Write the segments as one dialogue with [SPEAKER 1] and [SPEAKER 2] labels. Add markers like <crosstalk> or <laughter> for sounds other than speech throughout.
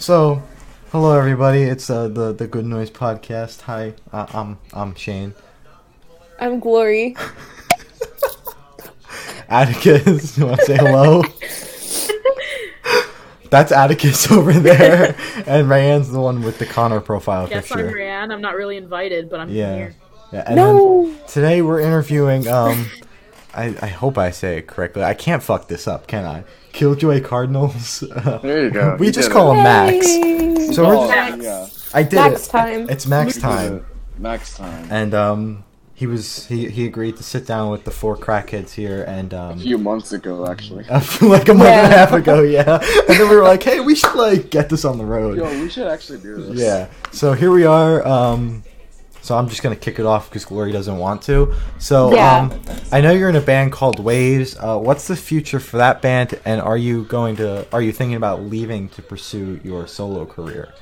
[SPEAKER 1] So, hello everybody. It's uh, the the Good Noise podcast. Hi, uh, I'm I'm Shane.
[SPEAKER 2] I'm Glory.
[SPEAKER 1] Atticus, <laughs> you want to say
[SPEAKER 2] <laughs>
[SPEAKER 1] hello? That's Atticus <laughs> over there, and Rayanne's the one with the Connor profile
[SPEAKER 3] Yes, I'm
[SPEAKER 1] picture.
[SPEAKER 3] Ryan. I'm not really invited, but I'm
[SPEAKER 1] Yeah.
[SPEAKER 3] <laughs> here.
[SPEAKER 1] yeah. And
[SPEAKER 2] No.
[SPEAKER 1] then today we're interviewing. Um, I I hope I say it correctly. I can't fuck this up, can I? Killjoy Cardinals.
[SPEAKER 4] There you go.
[SPEAKER 1] <laughs> we
[SPEAKER 4] You
[SPEAKER 1] just
[SPEAKER 4] did
[SPEAKER 1] call
[SPEAKER 4] it.
[SPEAKER 1] him Oh, Max.
[SPEAKER 2] Yay.
[SPEAKER 1] So we're,
[SPEAKER 4] Oh,
[SPEAKER 3] Max.
[SPEAKER 4] yeah.
[SPEAKER 1] I did
[SPEAKER 2] Max
[SPEAKER 1] it.
[SPEAKER 2] time.
[SPEAKER 1] It's Max
[SPEAKER 4] You did
[SPEAKER 1] time.
[SPEAKER 4] it. Max time.
[SPEAKER 1] and um, he was he, he agreed to sit down with the four crackheads here and
[SPEAKER 4] A
[SPEAKER 1] um,
[SPEAKER 4] few months ago, actually.
[SPEAKER 1] <laughs> Uh, like a month and a
[SPEAKER 2] Yeah.
[SPEAKER 1] half ago,
[SPEAKER 2] <laughs>
[SPEAKER 1] yeah. And then we were like, hey, we should like get this on the
[SPEAKER 4] Yo,
[SPEAKER 1] road.
[SPEAKER 4] we should actually do this.
[SPEAKER 1] Yeah. So here we are. Um, so I'm just gonna kick it off because Glory doesn't want to. So
[SPEAKER 2] Yeah.
[SPEAKER 1] um, I know you're in a band called Waves. Uh, what's the future for that band? And are you going to are you thinking about leaving to pursue your solo career?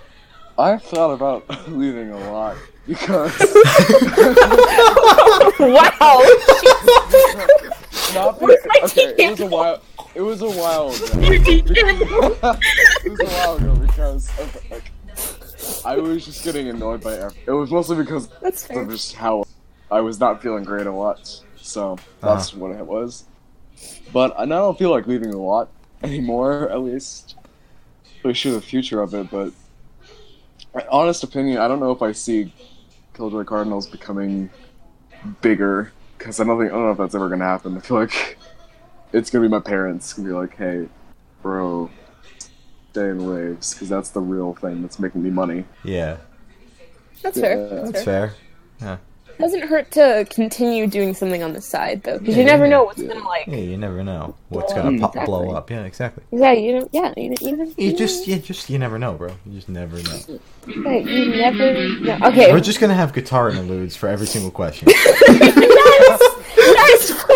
[SPEAKER 4] I've thought about <laughs> leaving a lot because
[SPEAKER 2] <laughs>
[SPEAKER 1] <laughs>
[SPEAKER 2] wow. <laughs>
[SPEAKER 4] not because,
[SPEAKER 3] my
[SPEAKER 4] okay, it was a while. It was a while ago.
[SPEAKER 3] You're deacon.
[SPEAKER 4] it was a while ago because of, like, I was just getting annoyed by everything. It was mostly because
[SPEAKER 2] That's fair.
[SPEAKER 4] of just how I was not feeling great a lot. So that's what it was. But I now don't feel like leaving a lot anymore, at least. Really sure the future of it, but my honest opinion, I don't know if I see Killjoy Cardinals becoming bigger because I don't think I don't know if that's ever gonna happen. I feel like <laughs> it's gonna be my parents gonna be like, "Hey, bro, stay in waves," because that's the real thing that's making me money.
[SPEAKER 1] Yeah,
[SPEAKER 2] That's fair.
[SPEAKER 4] Yeah.
[SPEAKER 2] That's
[SPEAKER 1] that's
[SPEAKER 2] fair.
[SPEAKER 1] fair.
[SPEAKER 2] Doesn't hurt to continue doing something on the side though, because you
[SPEAKER 1] Yeah,
[SPEAKER 2] never
[SPEAKER 1] yeah,
[SPEAKER 2] know what's
[SPEAKER 4] yeah.
[SPEAKER 2] gonna like.
[SPEAKER 1] Yeah, you never know what's gonna
[SPEAKER 4] Mm,
[SPEAKER 1] pop, blow
[SPEAKER 4] exactly.
[SPEAKER 1] up. Yeah, exactly.
[SPEAKER 2] Yeah, you know. Yeah, you, know- you, know-
[SPEAKER 1] You just, you just, you never know, bro. You just never know.
[SPEAKER 2] yeah, you never. know. <laughs> Okay.
[SPEAKER 1] We're just gonna have guitar interludes for every single question.
[SPEAKER 2] <laughs> yes. Yes. <laughs>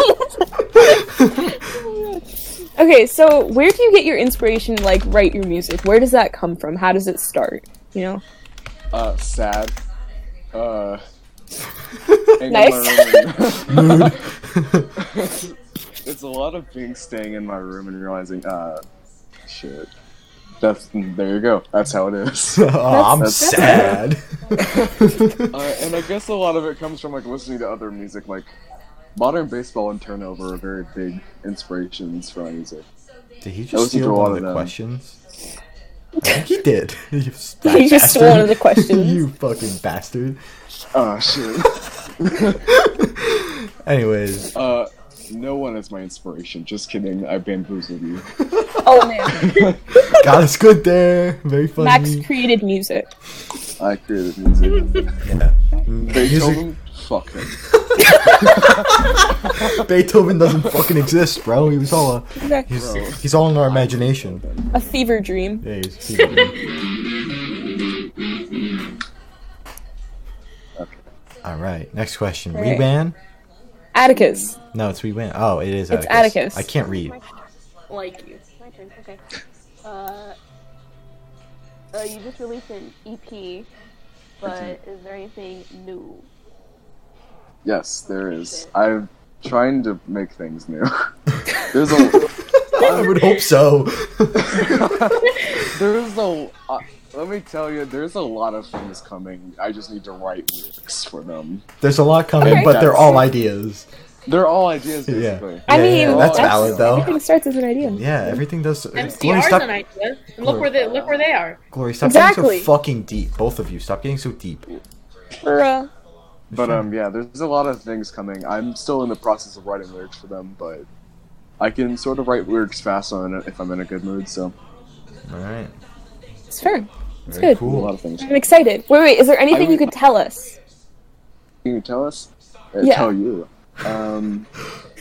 [SPEAKER 2] please. okay, so where do you get your inspiration? to, Like, write your music. Where does that come from? How does it start? You know. <laughs>
[SPEAKER 4] Uh, sad. Uh. and
[SPEAKER 2] Nice.
[SPEAKER 4] in my room.
[SPEAKER 1] Mood.
[SPEAKER 4] <laughs> it's a lot of being staying in my room and realizing, uh, shit. That's there you go. That's how it is. <laughs>
[SPEAKER 1] Aw, Oh, I'm
[SPEAKER 2] <laughs>
[SPEAKER 4] That's-
[SPEAKER 1] sad. <laughs>
[SPEAKER 4] Uh, and I guess a lot of it comes from like listening to other music, like modern baseball and turnover are very big inspirations for my music.
[SPEAKER 1] did he
[SPEAKER 4] I
[SPEAKER 1] just
[SPEAKER 4] listened to
[SPEAKER 1] steal one
[SPEAKER 4] a lot
[SPEAKER 1] of
[SPEAKER 4] of
[SPEAKER 1] the
[SPEAKER 4] them.
[SPEAKER 1] questions? I think he did. <laughs> you
[SPEAKER 2] He just stole one of the questions.
[SPEAKER 1] <laughs> you fucking bastard.
[SPEAKER 4] Oh shit. <laughs>
[SPEAKER 1] Anyways,
[SPEAKER 4] uh, no one is my inspiration. Just kidding. I bamboozled you.
[SPEAKER 2] Oh man,
[SPEAKER 1] got us good there. Very funny.
[SPEAKER 2] Max created
[SPEAKER 1] <laughs>
[SPEAKER 2] music.
[SPEAKER 4] I created music.
[SPEAKER 1] Yeah. Music,
[SPEAKER 4] Beethoven, fuck him.
[SPEAKER 1] Beethoven doesn't fucking exist, bro. He was all a,
[SPEAKER 2] Exactly.
[SPEAKER 1] he's,
[SPEAKER 4] Bro.
[SPEAKER 1] he's all in our imagination.
[SPEAKER 2] A fever dream.
[SPEAKER 1] Yeah, he's,
[SPEAKER 2] <laughs>
[SPEAKER 1] he's
[SPEAKER 4] Okay.
[SPEAKER 1] all right. Next question.
[SPEAKER 2] All right.
[SPEAKER 1] Reban.
[SPEAKER 2] Atticus.
[SPEAKER 1] No, it's we win. Oh, it is
[SPEAKER 2] It's
[SPEAKER 1] Atticus.
[SPEAKER 2] Atticus.
[SPEAKER 1] I can't read. <laughs>
[SPEAKER 3] like you.
[SPEAKER 5] My turn. Okay. Uh, uh, you just released an EP, but
[SPEAKER 2] Mm-hmm.
[SPEAKER 5] is there anything new?
[SPEAKER 4] Yes, there is. I'm trying to make things new. There's a
[SPEAKER 1] I would hope so.
[SPEAKER 4] there's a uh, let me tell you, there's a lot of things coming. I just need to write lyrics for them.
[SPEAKER 1] There's a lot coming,
[SPEAKER 2] Okay.
[SPEAKER 1] but they're all ideas.
[SPEAKER 4] They're all ideas
[SPEAKER 1] Yeah.
[SPEAKER 4] basically.
[SPEAKER 2] I
[SPEAKER 1] Yeah,
[SPEAKER 2] mean,
[SPEAKER 1] yeah, that's
[SPEAKER 4] that's-
[SPEAKER 1] valid
[SPEAKER 2] Everything <laughs>
[SPEAKER 1] though.
[SPEAKER 2] starts as an idea.
[SPEAKER 1] Yeah, everything does. uh, Glory,
[SPEAKER 3] MCR's an
[SPEAKER 1] stop,
[SPEAKER 3] idea. And look where they look where they are.
[SPEAKER 1] Glory, stop
[SPEAKER 2] Exactly.
[SPEAKER 1] getting so fucking deep. Both of you, stop getting so deep.
[SPEAKER 2] Bruh.
[SPEAKER 4] But um, yeah, there's a lot of things coming. I'm still in the process of writing lyrics for them, but I can sort of write lyrics fast on it if I'm in a good mood. So
[SPEAKER 1] All right,
[SPEAKER 2] It's fair.
[SPEAKER 1] it's
[SPEAKER 2] good.
[SPEAKER 4] a lot
[SPEAKER 1] Cool.
[SPEAKER 4] of things.
[SPEAKER 2] I'm excited. Wait, wait. Is there anything
[SPEAKER 4] would-
[SPEAKER 2] you could tell us?
[SPEAKER 4] Can you tell us? Uh,
[SPEAKER 2] Yeah.
[SPEAKER 4] Tell you. Um,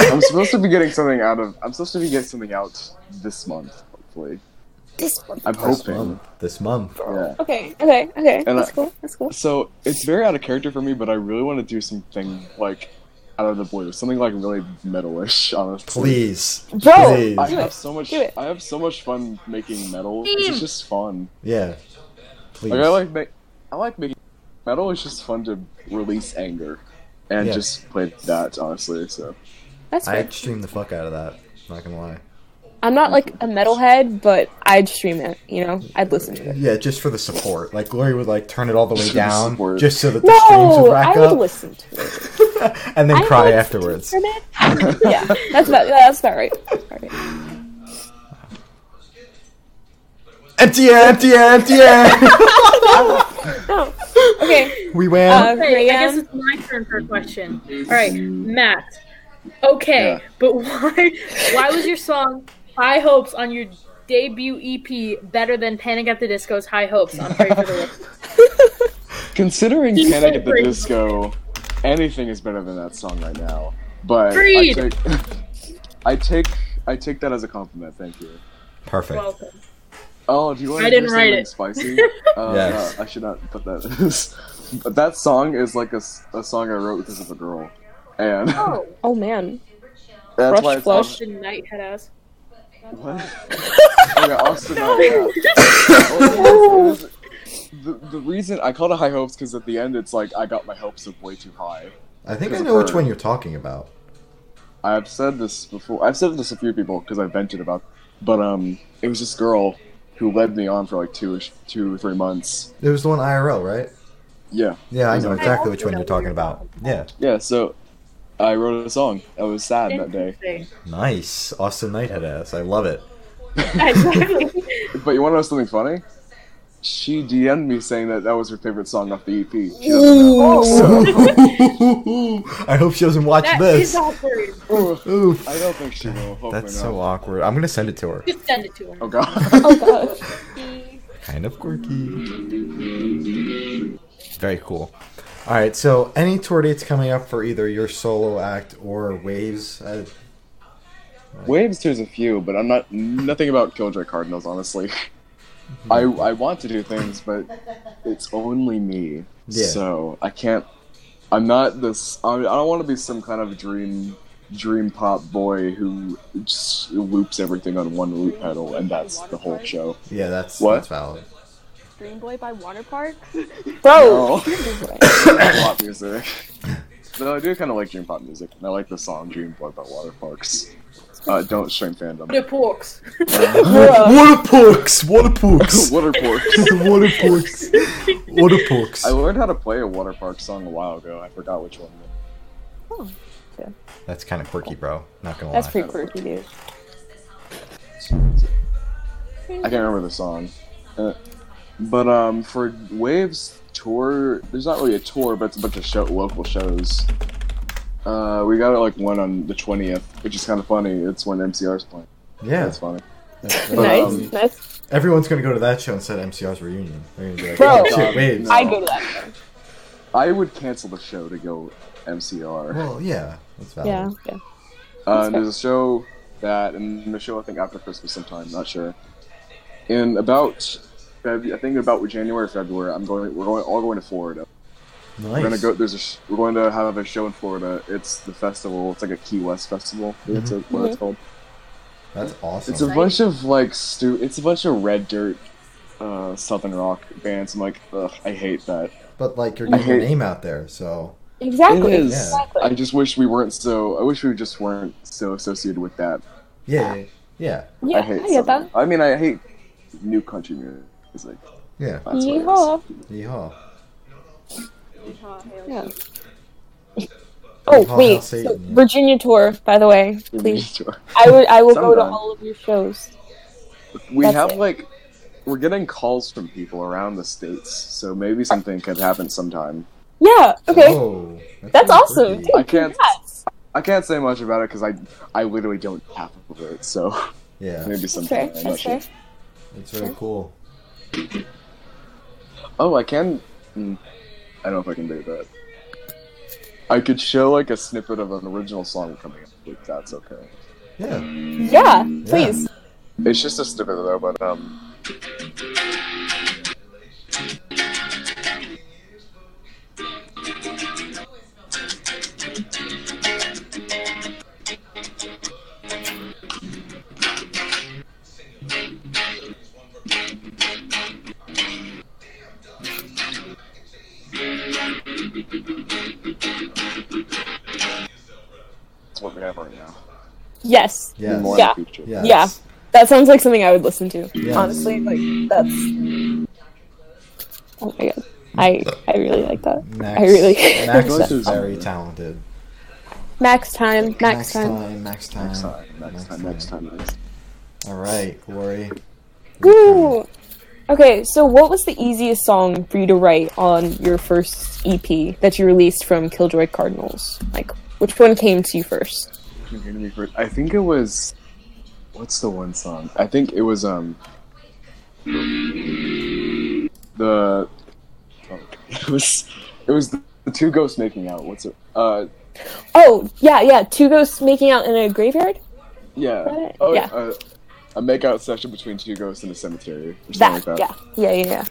[SPEAKER 4] I'm supposed to be getting something out of. I'm supposed to be getting something out this month, hopefully.
[SPEAKER 2] This one.
[SPEAKER 4] I'm
[SPEAKER 1] This
[SPEAKER 4] hoping.
[SPEAKER 1] month. This month.
[SPEAKER 4] Yeah.
[SPEAKER 2] Okay. Okay. Okay.
[SPEAKER 4] And
[SPEAKER 2] that's
[SPEAKER 4] I-
[SPEAKER 2] cool. That's cool.
[SPEAKER 4] So it's very out of character for me, but I really want to do something like out of the blue, something like really metalish, honestly.
[SPEAKER 1] Please.
[SPEAKER 2] Bro,
[SPEAKER 1] Please.
[SPEAKER 4] I
[SPEAKER 2] do
[SPEAKER 4] have
[SPEAKER 2] it.
[SPEAKER 4] so much.
[SPEAKER 2] Do it.
[SPEAKER 4] I have so much fun making metal. 'cause It's just fun.
[SPEAKER 1] Yeah. Please.
[SPEAKER 4] Like I like make, I like making metal. It's just fun to release anger, and
[SPEAKER 1] Yeah.
[SPEAKER 4] just play that honestly. So
[SPEAKER 2] That's
[SPEAKER 1] I
[SPEAKER 2] fair.
[SPEAKER 1] stream the fuck out of that. Not gonna lie.
[SPEAKER 2] I'm not like a metalhead, but I'd stream it. You know, I'd listen to it.
[SPEAKER 1] Yeah, just for the support. Like Glory would like turn it all the way
[SPEAKER 4] Just for the
[SPEAKER 1] down
[SPEAKER 4] support.
[SPEAKER 1] just so that the streams
[SPEAKER 2] No,
[SPEAKER 1] would rack
[SPEAKER 2] I would
[SPEAKER 1] up,
[SPEAKER 2] listen to it.
[SPEAKER 1] <laughs> and then
[SPEAKER 2] I
[SPEAKER 1] cry
[SPEAKER 2] would
[SPEAKER 1] afterwards.
[SPEAKER 2] stream <laughs> it. yeah, that's about that's about right. That's about right.
[SPEAKER 1] Empty air, empty air, empty air.
[SPEAKER 2] No. Okay.
[SPEAKER 1] we win.
[SPEAKER 2] Uh,
[SPEAKER 3] Okay, I
[SPEAKER 2] Rayanne?
[SPEAKER 3] guess it's my turn for a question. All right, Matt. Okay,
[SPEAKER 4] Yeah.
[SPEAKER 3] but <laughs> why? Why was your song "High Hopes" on your debut EP better than Panic at the Disco's "High Hopes"? on Pray for the Lord?
[SPEAKER 4] Considering
[SPEAKER 3] He's
[SPEAKER 4] Panic at the
[SPEAKER 3] angry.
[SPEAKER 4] Disco, anything is better than that song right now. But
[SPEAKER 3] Agreed.
[SPEAKER 4] I take, <laughs> I take I take that as a compliment. Thank you.
[SPEAKER 1] Perfect.
[SPEAKER 3] Welcome.
[SPEAKER 4] Oh, do you want
[SPEAKER 3] I
[SPEAKER 4] to hear
[SPEAKER 3] didn't write it.
[SPEAKER 4] something
[SPEAKER 3] <laughs>
[SPEAKER 4] spicy? uh,
[SPEAKER 1] Yes.
[SPEAKER 4] no, I should not put that. but that song is like a, s- a song I wrote because of a girl, and
[SPEAKER 3] Oh,
[SPEAKER 2] Oh man.
[SPEAKER 4] <laughs>
[SPEAKER 2] <laughs>
[SPEAKER 4] that's
[SPEAKER 2] Rush
[SPEAKER 4] why it's
[SPEAKER 2] Flush.
[SPEAKER 4] Austin-
[SPEAKER 3] the night had us.
[SPEAKER 4] What? yeah, Austin. yeah.
[SPEAKER 3] <laughs>
[SPEAKER 4] Well, it is- it is- the, the reason I called it high hopes because at the end it's like I got my hopes up way too high.
[SPEAKER 1] I think I
[SPEAKER 4] There's a
[SPEAKER 1] know which
[SPEAKER 4] bird.
[SPEAKER 1] one you're talking about.
[SPEAKER 4] I've said this before. I've said this to a few people because I vented about, but um, it was this girl who led me on for like two, two, three months.
[SPEAKER 1] It was the one IRL, right?
[SPEAKER 4] Yeah,
[SPEAKER 1] Yeah, I
[SPEAKER 4] It was
[SPEAKER 1] know
[SPEAKER 4] like-
[SPEAKER 1] exactly which one you're talking about. Yeah,
[SPEAKER 4] yeah. So I wrote a song. I was sad that day.
[SPEAKER 3] <laughs> Interesting.
[SPEAKER 1] nice. Austin Knighthead ass. I love <laughs> it.
[SPEAKER 3] Exactly.
[SPEAKER 4] But you want to know something funny? She DM'd me saying that that was her favorite song off the EP. She doesn't know.
[SPEAKER 1] <laughs> I hope she doesn't watch <laughs>
[SPEAKER 3] That is
[SPEAKER 1] this.
[SPEAKER 3] awkward.
[SPEAKER 1] Oof.
[SPEAKER 4] I don't think she will. Hopefully
[SPEAKER 1] That's
[SPEAKER 4] not.
[SPEAKER 1] so awkward. I'm gonna send it to her.
[SPEAKER 3] Just send it to her.
[SPEAKER 4] Oh god. <laughs>
[SPEAKER 2] Oh gosh.
[SPEAKER 1] Kind of quirky. Very cool. All right. So, any tour dates coming up for either your solo act or Waves? Uh,
[SPEAKER 4] Waves there's a few, but I'm not nothing about Killjoy Cardinals. Honestly, I I want to do things, but it's only me.
[SPEAKER 1] Yeah.
[SPEAKER 4] So I can't. I'm not this. I, I don't want to be some kind of dream dream pop boy who just loops everything on one loop pedal, and that's the whole show.
[SPEAKER 1] yeah, that's
[SPEAKER 4] What?
[SPEAKER 1] that's valid.
[SPEAKER 5] Dream Boy by Water Parks.
[SPEAKER 4] <laughs>
[SPEAKER 2] Bro.
[SPEAKER 4] No. pop music. Though I do kind of like dream pop music, and I like the song "Dream Boy" by Water Parks. Uh, don't stream
[SPEAKER 3] <laughs>
[SPEAKER 4] fandom.
[SPEAKER 3] The porks.
[SPEAKER 1] Water porks. Water porks.
[SPEAKER 4] Water Parks.
[SPEAKER 1] Water
[SPEAKER 4] <laughs>
[SPEAKER 1] porks. Water porks.
[SPEAKER 4] I learned how to play a water park song a while ago. I forgot which one.
[SPEAKER 1] That's kind of quirky, bro. Not gonna
[SPEAKER 2] That's
[SPEAKER 1] lie.
[SPEAKER 2] pretty quirky, dude.
[SPEAKER 4] I can't remember the song. Uh, but um, for Waves tour, there's not really a tour, but it's a bunch of show, local shows. Uh, we got like one on the 20th, which is kind of funny. It's when MCR's playing.
[SPEAKER 1] yeah.
[SPEAKER 4] That's funny.
[SPEAKER 2] Nice.
[SPEAKER 4] um,
[SPEAKER 2] nice.
[SPEAKER 1] Everyone's gonna go to that show instead of MCR's reunion. They're gonna be like,
[SPEAKER 2] Bro,
[SPEAKER 1] oh, shit, Waves.
[SPEAKER 4] no.
[SPEAKER 2] I go to that. show.
[SPEAKER 4] I would cancel the show to go MCR.
[SPEAKER 1] Well, yeah, that's valid.
[SPEAKER 2] Yeah. Yeah.
[SPEAKER 4] Uh, and there's a show that, and the show I think after Christmas sometime, not sure. In about, Feb- I think about January, February, I'm going. We're going all going to Florida.
[SPEAKER 1] Nice.
[SPEAKER 4] We're gonna go. There's a. Sh- we're going to have a show in Florida. It's the festival. It's like a Key West festival. It's a, what
[SPEAKER 2] Mm-hmm.
[SPEAKER 4] it's called.
[SPEAKER 1] That's awesome.
[SPEAKER 4] It's a bunch of like stu. It's a bunch of red dirt, uh, southern rock bands. I'm like, ugh, I hate that.
[SPEAKER 1] but like you're getting your
[SPEAKER 4] hate-
[SPEAKER 1] name out there, so
[SPEAKER 2] Exactly.
[SPEAKER 4] It is.
[SPEAKER 2] Exactly.
[SPEAKER 4] I just wish we weren't so. I wish we just weren't so associated with that.
[SPEAKER 1] yeah, yeah, yeah,
[SPEAKER 2] yeah.
[SPEAKER 4] I
[SPEAKER 2] I,
[SPEAKER 4] hate.
[SPEAKER 2] get
[SPEAKER 4] southern-
[SPEAKER 2] that.
[SPEAKER 4] I mean, I hate new country music.
[SPEAKER 1] yeah.
[SPEAKER 4] That's what it is.
[SPEAKER 2] Yeehaw.
[SPEAKER 1] Yeehaw.
[SPEAKER 2] Yeah. Oh
[SPEAKER 1] Yeehaw, Hail
[SPEAKER 2] wait, so
[SPEAKER 1] Satan, yeah.
[SPEAKER 2] Virginia tour, by the way, please.
[SPEAKER 4] Sure.
[SPEAKER 2] I would, I will go to
[SPEAKER 4] Sometime.
[SPEAKER 2] all of your shows.
[SPEAKER 4] We
[SPEAKER 2] That's
[SPEAKER 4] have
[SPEAKER 2] it.
[SPEAKER 4] like, we're getting calls from people around the states, so maybe something could happen sometime.
[SPEAKER 2] Yeah. Okay.
[SPEAKER 1] Oh,
[SPEAKER 2] That's
[SPEAKER 1] kinda
[SPEAKER 2] awesome.
[SPEAKER 1] quirky.
[SPEAKER 2] Dude,
[SPEAKER 4] I can't-
[SPEAKER 2] congrats.
[SPEAKER 4] I can't say much about it because I I literally don't have of it, so
[SPEAKER 1] Yeah,
[SPEAKER 4] maybe
[SPEAKER 2] That's
[SPEAKER 4] sometime.
[SPEAKER 2] fair.
[SPEAKER 4] I'm not
[SPEAKER 2] That's
[SPEAKER 4] sure.
[SPEAKER 2] fair.
[SPEAKER 1] it's very cool.
[SPEAKER 4] Oh, I can. mm, I don't know if I can do that. I could show like a snippet of an original song coming up. If that's okay.
[SPEAKER 1] Yeah.
[SPEAKER 2] Yeah. Please.
[SPEAKER 4] It's just a snippet though, but um. It's what we have right now.
[SPEAKER 2] Yes.
[SPEAKER 1] Yes.
[SPEAKER 4] More
[SPEAKER 2] Yeah.
[SPEAKER 4] feature.
[SPEAKER 1] Yes.
[SPEAKER 2] Yeah. That sounds like something I would listen to.
[SPEAKER 1] Yeah.
[SPEAKER 2] Honestly, like that's. Oh my god, I I really like that.
[SPEAKER 1] Max,
[SPEAKER 2] I really
[SPEAKER 4] <laughs> I feel
[SPEAKER 1] Max
[SPEAKER 4] like
[SPEAKER 1] is
[SPEAKER 4] there's-
[SPEAKER 1] very talented.
[SPEAKER 2] <laughs> Max time, Max, time.
[SPEAKER 1] Max time.
[SPEAKER 4] Next time, next time, next time, next time.
[SPEAKER 1] All right, Glory.
[SPEAKER 2] Woo! Okay, so what was the easiest song for you to write on your first EP that you released from Killjoy Cardinals? Like, which one came to you first?
[SPEAKER 4] You hear me first. I think it was. What's the one song? I think it was um. The. Oh, <laughs> it was. It was the, two ghosts making out. What's it? Uh,
[SPEAKER 2] Oh, yeah, yeah, two ghosts making out in a graveyard.
[SPEAKER 4] yeah.
[SPEAKER 2] it?
[SPEAKER 4] Oh,
[SPEAKER 2] Yeah.
[SPEAKER 4] Uh, a makeout session between two ghosts in a cemetery or something
[SPEAKER 2] That,
[SPEAKER 1] Oh
[SPEAKER 4] like that.
[SPEAKER 2] yeah, yeah, yeah,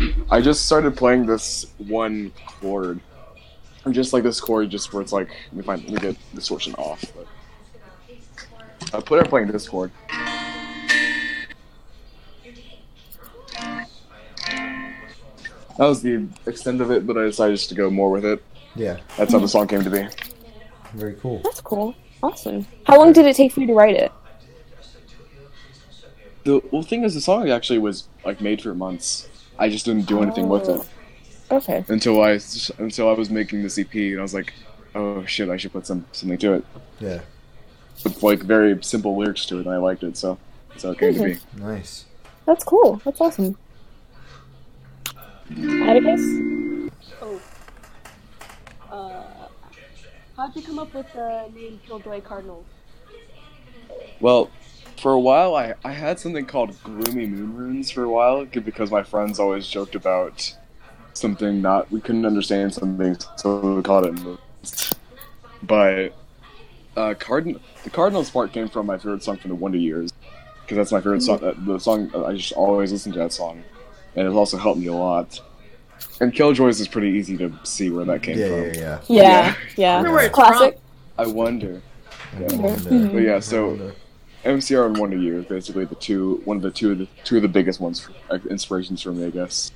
[SPEAKER 2] yeah.
[SPEAKER 4] I just started playing this one chord. Or just like this chord, just where it's like we find we get distortion off. But I put it playing this chord. That was the extent of it, but I decided just to go more with it.
[SPEAKER 1] Yeah,
[SPEAKER 4] That's how the song came to be.
[SPEAKER 1] very cool.
[SPEAKER 2] That's cool. Awesome. How long did it take for you to write it?
[SPEAKER 4] The well thing is, the song actually was like made for months. I just didn't do anything with it
[SPEAKER 2] Okay.
[SPEAKER 4] until I s- until I was making this EP, and I was like, oh shit, I should put some something to it.
[SPEAKER 1] Yeah,
[SPEAKER 4] with like very simple lyrics to it, and I liked it, so that's how it
[SPEAKER 1] <laughs>
[SPEAKER 4] came to be.
[SPEAKER 1] nice.
[SPEAKER 2] That's cool. That's awesome. Atticus?
[SPEAKER 5] Oh. Uh, how'd you come up with the name Killjoy Cardinals?
[SPEAKER 4] Well, for a while, I, I had something called Gloomy Moon Runes for a while g- because my friends always joked about something not we couldn't understand something, so we called it moons. But uh, Cardin- the Cardinals part came from my favorite song from the Wonder Years because that's my favorite song. Uh,
[SPEAKER 1] Mm-hmm.
[SPEAKER 4] the song uh, I just always listen to that song, and it also helped me a lot. And Killjoys is pretty easy to see where that came
[SPEAKER 1] Yeah,
[SPEAKER 4] from.
[SPEAKER 1] yeah, yeah.
[SPEAKER 2] Yeah,
[SPEAKER 4] I
[SPEAKER 2] yeah.
[SPEAKER 4] wonder where it's
[SPEAKER 2] Classic.
[SPEAKER 4] I wonder.
[SPEAKER 1] I wonder.
[SPEAKER 3] Mm-hmm.
[SPEAKER 4] But yeah,
[SPEAKER 1] I
[SPEAKER 4] so
[SPEAKER 1] wonder.
[SPEAKER 4] MCR and Wonder Year is basically the two one of the two of the two of the biggest ones for, like, inspirations for me, I guess.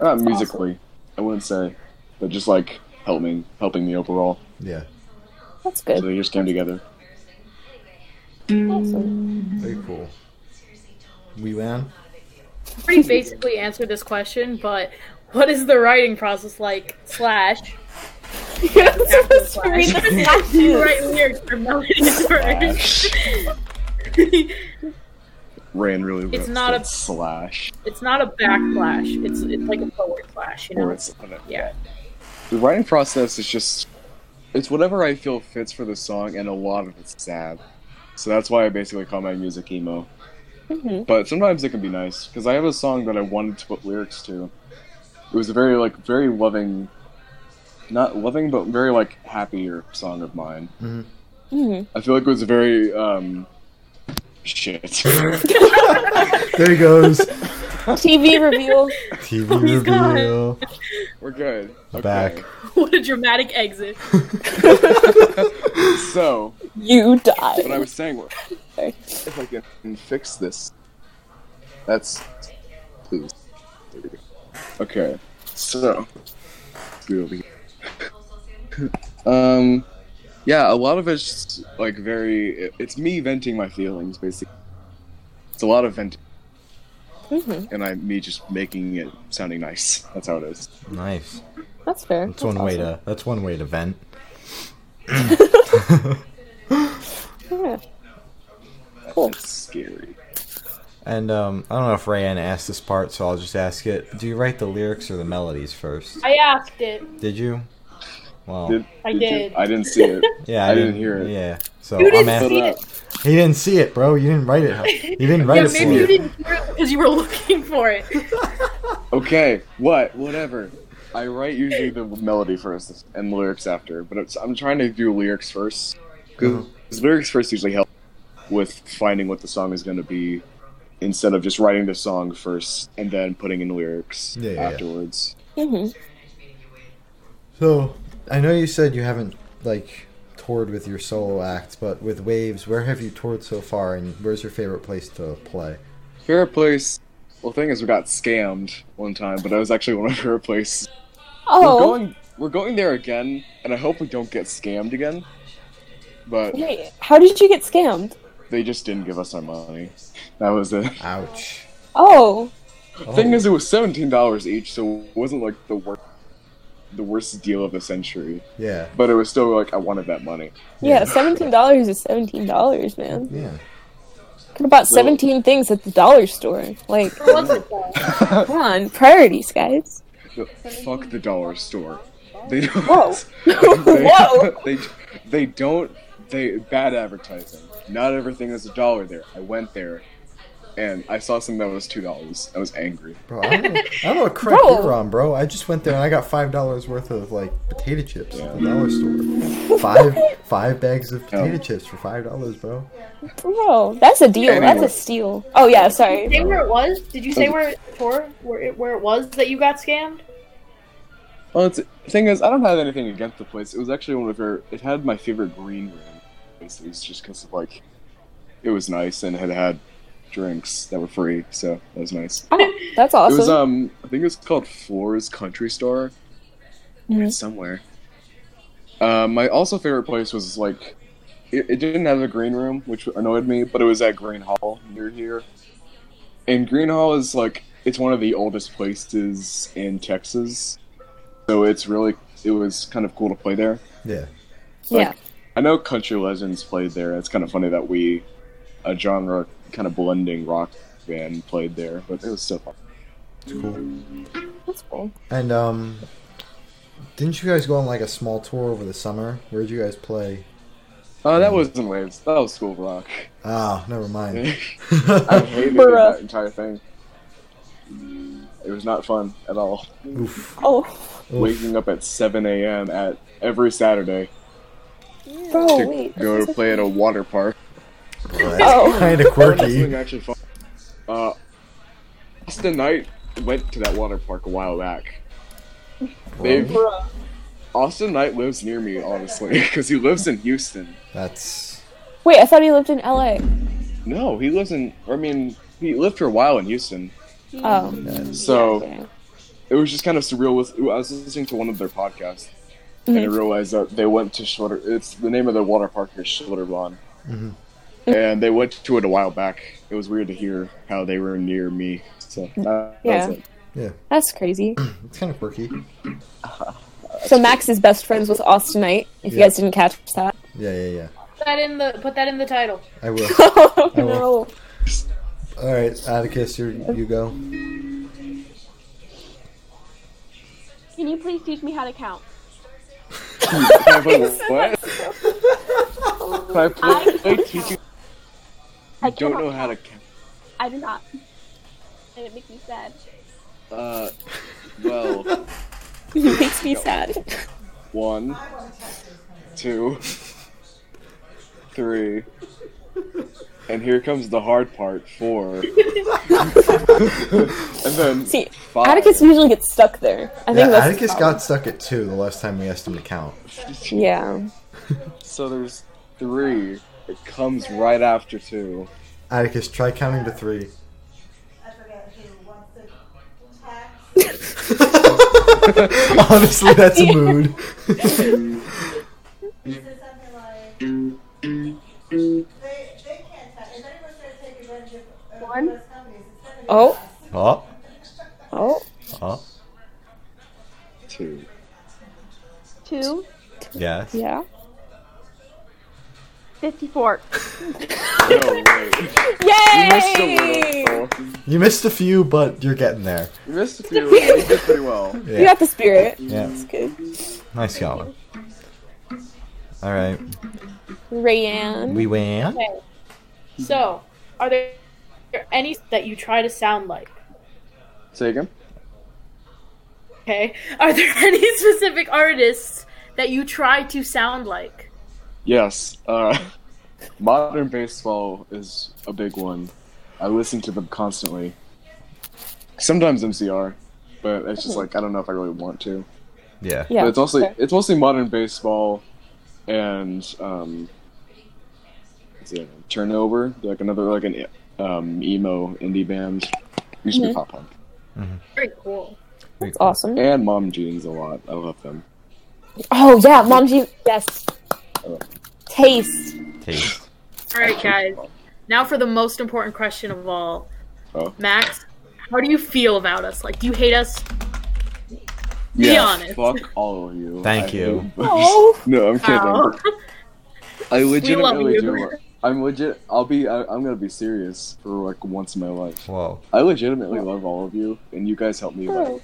[SPEAKER 4] Not musically, I wouldn't say, but just like helping helping me overall.
[SPEAKER 1] yeah,
[SPEAKER 2] That's
[SPEAKER 4] So
[SPEAKER 2] good.
[SPEAKER 4] they just came together.
[SPEAKER 2] Awesome.
[SPEAKER 1] very cool. We
[SPEAKER 3] <laughs>
[SPEAKER 1] win.
[SPEAKER 3] Pretty basically answered this question, but what is the writing process like? Slash.
[SPEAKER 2] You're not <laughs> supposed to read the
[SPEAKER 3] <laughs> You
[SPEAKER 2] slashes.
[SPEAKER 3] write lyrics for melodies first.
[SPEAKER 4] Ran really.
[SPEAKER 3] It's
[SPEAKER 4] wrote
[SPEAKER 3] not
[SPEAKER 4] that
[SPEAKER 3] a-
[SPEAKER 4] slash
[SPEAKER 3] <laughs> it's not a backslash. It's it's like a forward slash. You know.
[SPEAKER 4] or it's
[SPEAKER 3] yeah. <laughs>
[SPEAKER 4] the writing process is just it's whatever I feel fits for the song, and a lot of it's sad. So that's why I basically call my music emo.
[SPEAKER 2] Mhm.
[SPEAKER 4] But sometimes it can be nice because I have a song that I wanted to put lyrics to. It was a very like very loving, not loving, but very like happier song of mine.
[SPEAKER 1] Mhm.
[SPEAKER 2] Mhm.
[SPEAKER 4] I feel like it was a very um, shit. <laughs>
[SPEAKER 1] There he
[SPEAKER 3] <laughs>
[SPEAKER 1] goes.
[SPEAKER 2] TV reveal.
[SPEAKER 1] TV
[SPEAKER 3] Oh, he's gone.
[SPEAKER 1] reveal.
[SPEAKER 4] We're good.
[SPEAKER 1] I'm back.
[SPEAKER 3] What a dramatic exit.
[SPEAKER 4] So
[SPEAKER 2] You
[SPEAKER 4] what I
[SPEAKER 2] die.
[SPEAKER 4] was saying was,
[SPEAKER 2] Sorry.
[SPEAKER 4] if I can fix this, that's please. There we go. Okay, so let's do it over here. <laughs> Um, yeah, a lot of it's just, like very. it- It's me venting my feelings, basically. It's a lot of venting,
[SPEAKER 2] Mhm.
[SPEAKER 4] and I me just making it sounding nice. That's how it is.
[SPEAKER 1] Nice.
[SPEAKER 2] That's fair.
[SPEAKER 1] That's one way to. That's one way to vent.
[SPEAKER 2] awesome. Yeah.
[SPEAKER 4] Cool. That's scary.
[SPEAKER 1] And um, I don't know if Rayanne asked this part, so I'll just ask it. Do you write the lyrics or the melodies first?
[SPEAKER 3] I asked it.
[SPEAKER 1] Did you? Well,
[SPEAKER 4] Did,
[SPEAKER 3] I
[SPEAKER 4] you-
[SPEAKER 3] did.
[SPEAKER 4] I didn't see
[SPEAKER 3] <laughs>
[SPEAKER 4] it. uh,
[SPEAKER 1] yeah,
[SPEAKER 4] I didn't hear it.
[SPEAKER 1] Yeah, so
[SPEAKER 3] You
[SPEAKER 1] I'm
[SPEAKER 3] didn't
[SPEAKER 1] asking.
[SPEAKER 3] see it.
[SPEAKER 1] He didn't see it, bro. You didn't write it. You didn't write
[SPEAKER 3] <laughs> Yeah,
[SPEAKER 1] it for
[SPEAKER 3] maybe you
[SPEAKER 1] me.
[SPEAKER 3] didn't hear it because you were <laughs> looking for it.
[SPEAKER 4] Okay, what? Whatever. I write usually the melody first and lyrics after, but it's, I'm trying to do lyrics first
[SPEAKER 1] Uh-huh.
[SPEAKER 4] because lyrics first usually help with finding what the song is going to be instead of just writing the song first and then putting in lyrics
[SPEAKER 1] Yeah, yeah, yeah.
[SPEAKER 4] afterwards.
[SPEAKER 2] Mhm.
[SPEAKER 1] So I know you said you haven't like toured with your solo act, but with Waves, where have you toured so far, and where's your favorite place to play?
[SPEAKER 4] Favorite place. Well, thing is, we got scammed one time, but that was actually <laughs> one of my favorite places. We're
[SPEAKER 2] Oh,
[SPEAKER 4] going, we're going there again, and I hope we don't get scammed again. But
[SPEAKER 2] wait. How did you get scammed?
[SPEAKER 4] They just didn't give us our money. That was it.
[SPEAKER 1] Ouch.
[SPEAKER 2] Oh,
[SPEAKER 4] Thing is, it was seventeen dollars each, so it wasn't like the worst, the worst deal of the century.
[SPEAKER 1] Yeah.
[SPEAKER 4] But it was still like I wanted that money.
[SPEAKER 2] yeah, seventeen dollars is seventeen dollars, man.
[SPEAKER 1] Yeah.
[SPEAKER 2] Could have bought seventeen things at the dollar store. Like,
[SPEAKER 3] For once it's bad.
[SPEAKER 2] come on, priorities, guys.
[SPEAKER 4] Fuck the dollar store. They don't.
[SPEAKER 2] Whoa.
[SPEAKER 4] <laughs> They,
[SPEAKER 2] Whoa.
[SPEAKER 4] <laughs> They they don't. They bad advertising. Not everything is a dollar there. I went there, and I saw something that was two dollars. I was angry.
[SPEAKER 1] Bro, I don't, know- I don't know what crack
[SPEAKER 2] Bro.
[SPEAKER 1] you're on, bro. I just went there and I got five dollars worth of like potato chips at the dollar
[SPEAKER 3] <laughs>
[SPEAKER 1] store. Five five bags
[SPEAKER 3] Oh.
[SPEAKER 1] of potato chips for five dollars, bro.
[SPEAKER 2] Bro, that's a deal. That's
[SPEAKER 4] Anyway.
[SPEAKER 2] a steal. Oh yeah,
[SPEAKER 3] Did
[SPEAKER 2] sorry.
[SPEAKER 3] you say where it was? Did you say where it, for, where it where it was that you got scammed?
[SPEAKER 4] Well, it's, the thing is, I don't have anything against the place. It was actually one of their. It had my favorite green room. It's it's just because of like, it was nice and had had drinks that were free, so that was nice.
[SPEAKER 2] Oh, that's
[SPEAKER 4] It was
[SPEAKER 2] awesome.
[SPEAKER 4] um, I think it was called Flora's Country Store,
[SPEAKER 2] Mhm.
[SPEAKER 4] somewhere. Uh, my also favorite place was like, it, it didn't have a green room, which annoyed me, but it was at Green Hall near here. And Green Hall is like, it's one of the oldest places in Texas, so it's really, it was kind of cool to play there.
[SPEAKER 1] Yeah.
[SPEAKER 2] yeah.
[SPEAKER 4] I know Country Legends played there. It's kind of funny that we, a genre kind of blending rock band played there, but it was still fun.
[SPEAKER 1] It's cool.
[SPEAKER 2] That's cool.
[SPEAKER 1] And um didn't you guys go on like a small tour over the summer? Where'd you guys play?
[SPEAKER 4] Uh, that wasn't waves. That was school rock.
[SPEAKER 1] Ah, never mind.
[SPEAKER 4] <laughs>
[SPEAKER 1] <laughs>
[SPEAKER 4] I hated
[SPEAKER 2] Bruh.
[SPEAKER 4] that entire thing. It was not fun at all.
[SPEAKER 1] Oof.
[SPEAKER 2] Oh,
[SPEAKER 1] Oof.
[SPEAKER 4] Waking up at 7 a.m. at every Saturday
[SPEAKER 2] bro,
[SPEAKER 4] to
[SPEAKER 2] Oh, wait.
[SPEAKER 4] go to play at a water park.
[SPEAKER 2] Oh.
[SPEAKER 1] Kind of
[SPEAKER 4] Something
[SPEAKER 1] quirky.
[SPEAKER 4] actually fun. Uh, Austin Knight went to that water park a while back. They,
[SPEAKER 1] Bro,
[SPEAKER 4] Austin Knight lives near me, honestly, <laughs> because he lives in Houston.
[SPEAKER 1] That's
[SPEAKER 2] Wait, I thought he lived in LA.
[SPEAKER 4] No, he lives in. I mean, he lived for a while in Houston.
[SPEAKER 2] Oh.
[SPEAKER 4] So.
[SPEAKER 2] okay.
[SPEAKER 4] it was just kind of surreal. With I was listening to one of their podcasts, and I realized that they went to Schlotter. It's the name of the water park is Schlitterbahn, and they went to it a while back. It was weird to hear how they were near me. So that,
[SPEAKER 2] Yeah.
[SPEAKER 4] that was it.
[SPEAKER 1] yeah.
[SPEAKER 2] That's crazy.
[SPEAKER 1] It's kind of quirky.
[SPEAKER 2] So Max is best friends with Austinite. If you
[SPEAKER 1] Yeah.
[SPEAKER 2] guys didn't catch <laughs> that.
[SPEAKER 1] Yeah, yeah, yeah.
[SPEAKER 3] Put that in the put that in the title.
[SPEAKER 1] I will.
[SPEAKER 2] Oh
[SPEAKER 1] I
[SPEAKER 2] no.
[SPEAKER 1] will. All right, Atticus, you you go.
[SPEAKER 5] Can you please teach me how to count?
[SPEAKER 4] Can I play what? Can I play,
[SPEAKER 5] I-
[SPEAKER 4] play teaching?
[SPEAKER 5] I
[SPEAKER 4] I don't
[SPEAKER 5] cannot
[SPEAKER 4] know how to.
[SPEAKER 5] count. I do not. And it makes me sad.
[SPEAKER 4] ca- Uh, well,
[SPEAKER 2] <laughs> It makes me sad.
[SPEAKER 4] one, two, three, and here comes the hard part. Four. <laughs> and then
[SPEAKER 2] See,
[SPEAKER 4] Five.
[SPEAKER 2] Atticus usually gets stuck there. I think
[SPEAKER 1] Yeah,
[SPEAKER 2] that's
[SPEAKER 1] Atticus got stuck at two the last time we asked him to count.
[SPEAKER 2] Yeah.
[SPEAKER 4] So there's three. It comes right after two.
[SPEAKER 1] Atticus, try counting to three. <laughs>
[SPEAKER 6] I forget who wants the tax.
[SPEAKER 1] Honestly, that's a mood.
[SPEAKER 6] Is it something like? They, they can't tax. If anyone starts taking advantage of of
[SPEAKER 2] One.
[SPEAKER 6] U.S. companies, it's gonna be.
[SPEAKER 2] Oh.
[SPEAKER 1] Oh,
[SPEAKER 2] Oh.
[SPEAKER 1] oh,
[SPEAKER 4] Two.
[SPEAKER 2] <laughs>
[SPEAKER 5] Two
[SPEAKER 1] yes.
[SPEAKER 2] Yeah.
[SPEAKER 5] fifty-four.
[SPEAKER 4] No way. You missed a
[SPEAKER 2] Yay!
[SPEAKER 4] little.
[SPEAKER 1] You missed a few, but you're getting there.
[SPEAKER 4] You missed a few. You did pretty well.
[SPEAKER 1] Yeah,
[SPEAKER 2] You got the spirit.
[SPEAKER 1] yeah.
[SPEAKER 2] That's good.
[SPEAKER 1] Nice going. All right,
[SPEAKER 2] Rayanne.
[SPEAKER 1] we win.
[SPEAKER 3] So, are there there any that you try to sound like?
[SPEAKER 4] Say again.
[SPEAKER 3] Okay. Are there <laughs> any specific artists that you try to sound like?
[SPEAKER 4] Yes. Uh, <laughs> modern baseball is a big one. I listen to them constantly. Sometimes MCR, but it's just like I don't know if I really want to.
[SPEAKER 1] Yeah.
[SPEAKER 2] yeah.
[SPEAKER 4] But it's also
[SPEAKER 2] fair.
[SPEAKER 4] it's mostly modern baseball and um what's the other one? turnover like another like an um emo indie band used to be pop punk
[SPEAKER 3] Very cool.
[SPEAKER 2] That's awesome.
[SPEAKER 4] and mom jeans a lot i love them
[SPEAKER 2] Oh yeah, mom jeans. Yes. Taste.
[SPEAKER 1] Taste.
[SPEAKER 3] All right, guys. Now for the most important question of all,
[SPEAKER 4] Oh.
[SPEAKER 3] Max, how do you feel about us? Like, do you hate us?
[SPEAKER 4] Yeah,
[SPEAKER 3] honest.
[SPEAKER 4] fuck all of you.
[SPEAKER 7] Thank
[SPEAKER 4] I
[SPEAKER 7] you.
[SPEAKER 4] hate-
[SPEAKER 2] Oh.
[SPEAKER 4] <laughs> no, I'm kidding.
[SPEAKER 3] Ow.
[SPEAKER 4] I
[SPEAKER 3] you.
[SPEAKER 4] legitimately do. I'm legit. I'll be. I, I'm gonna be serious for like once in my life.
[SPEAKER 7] Whoa.
[SPEAKER 4] I legitimately love all of you, and you guys help me like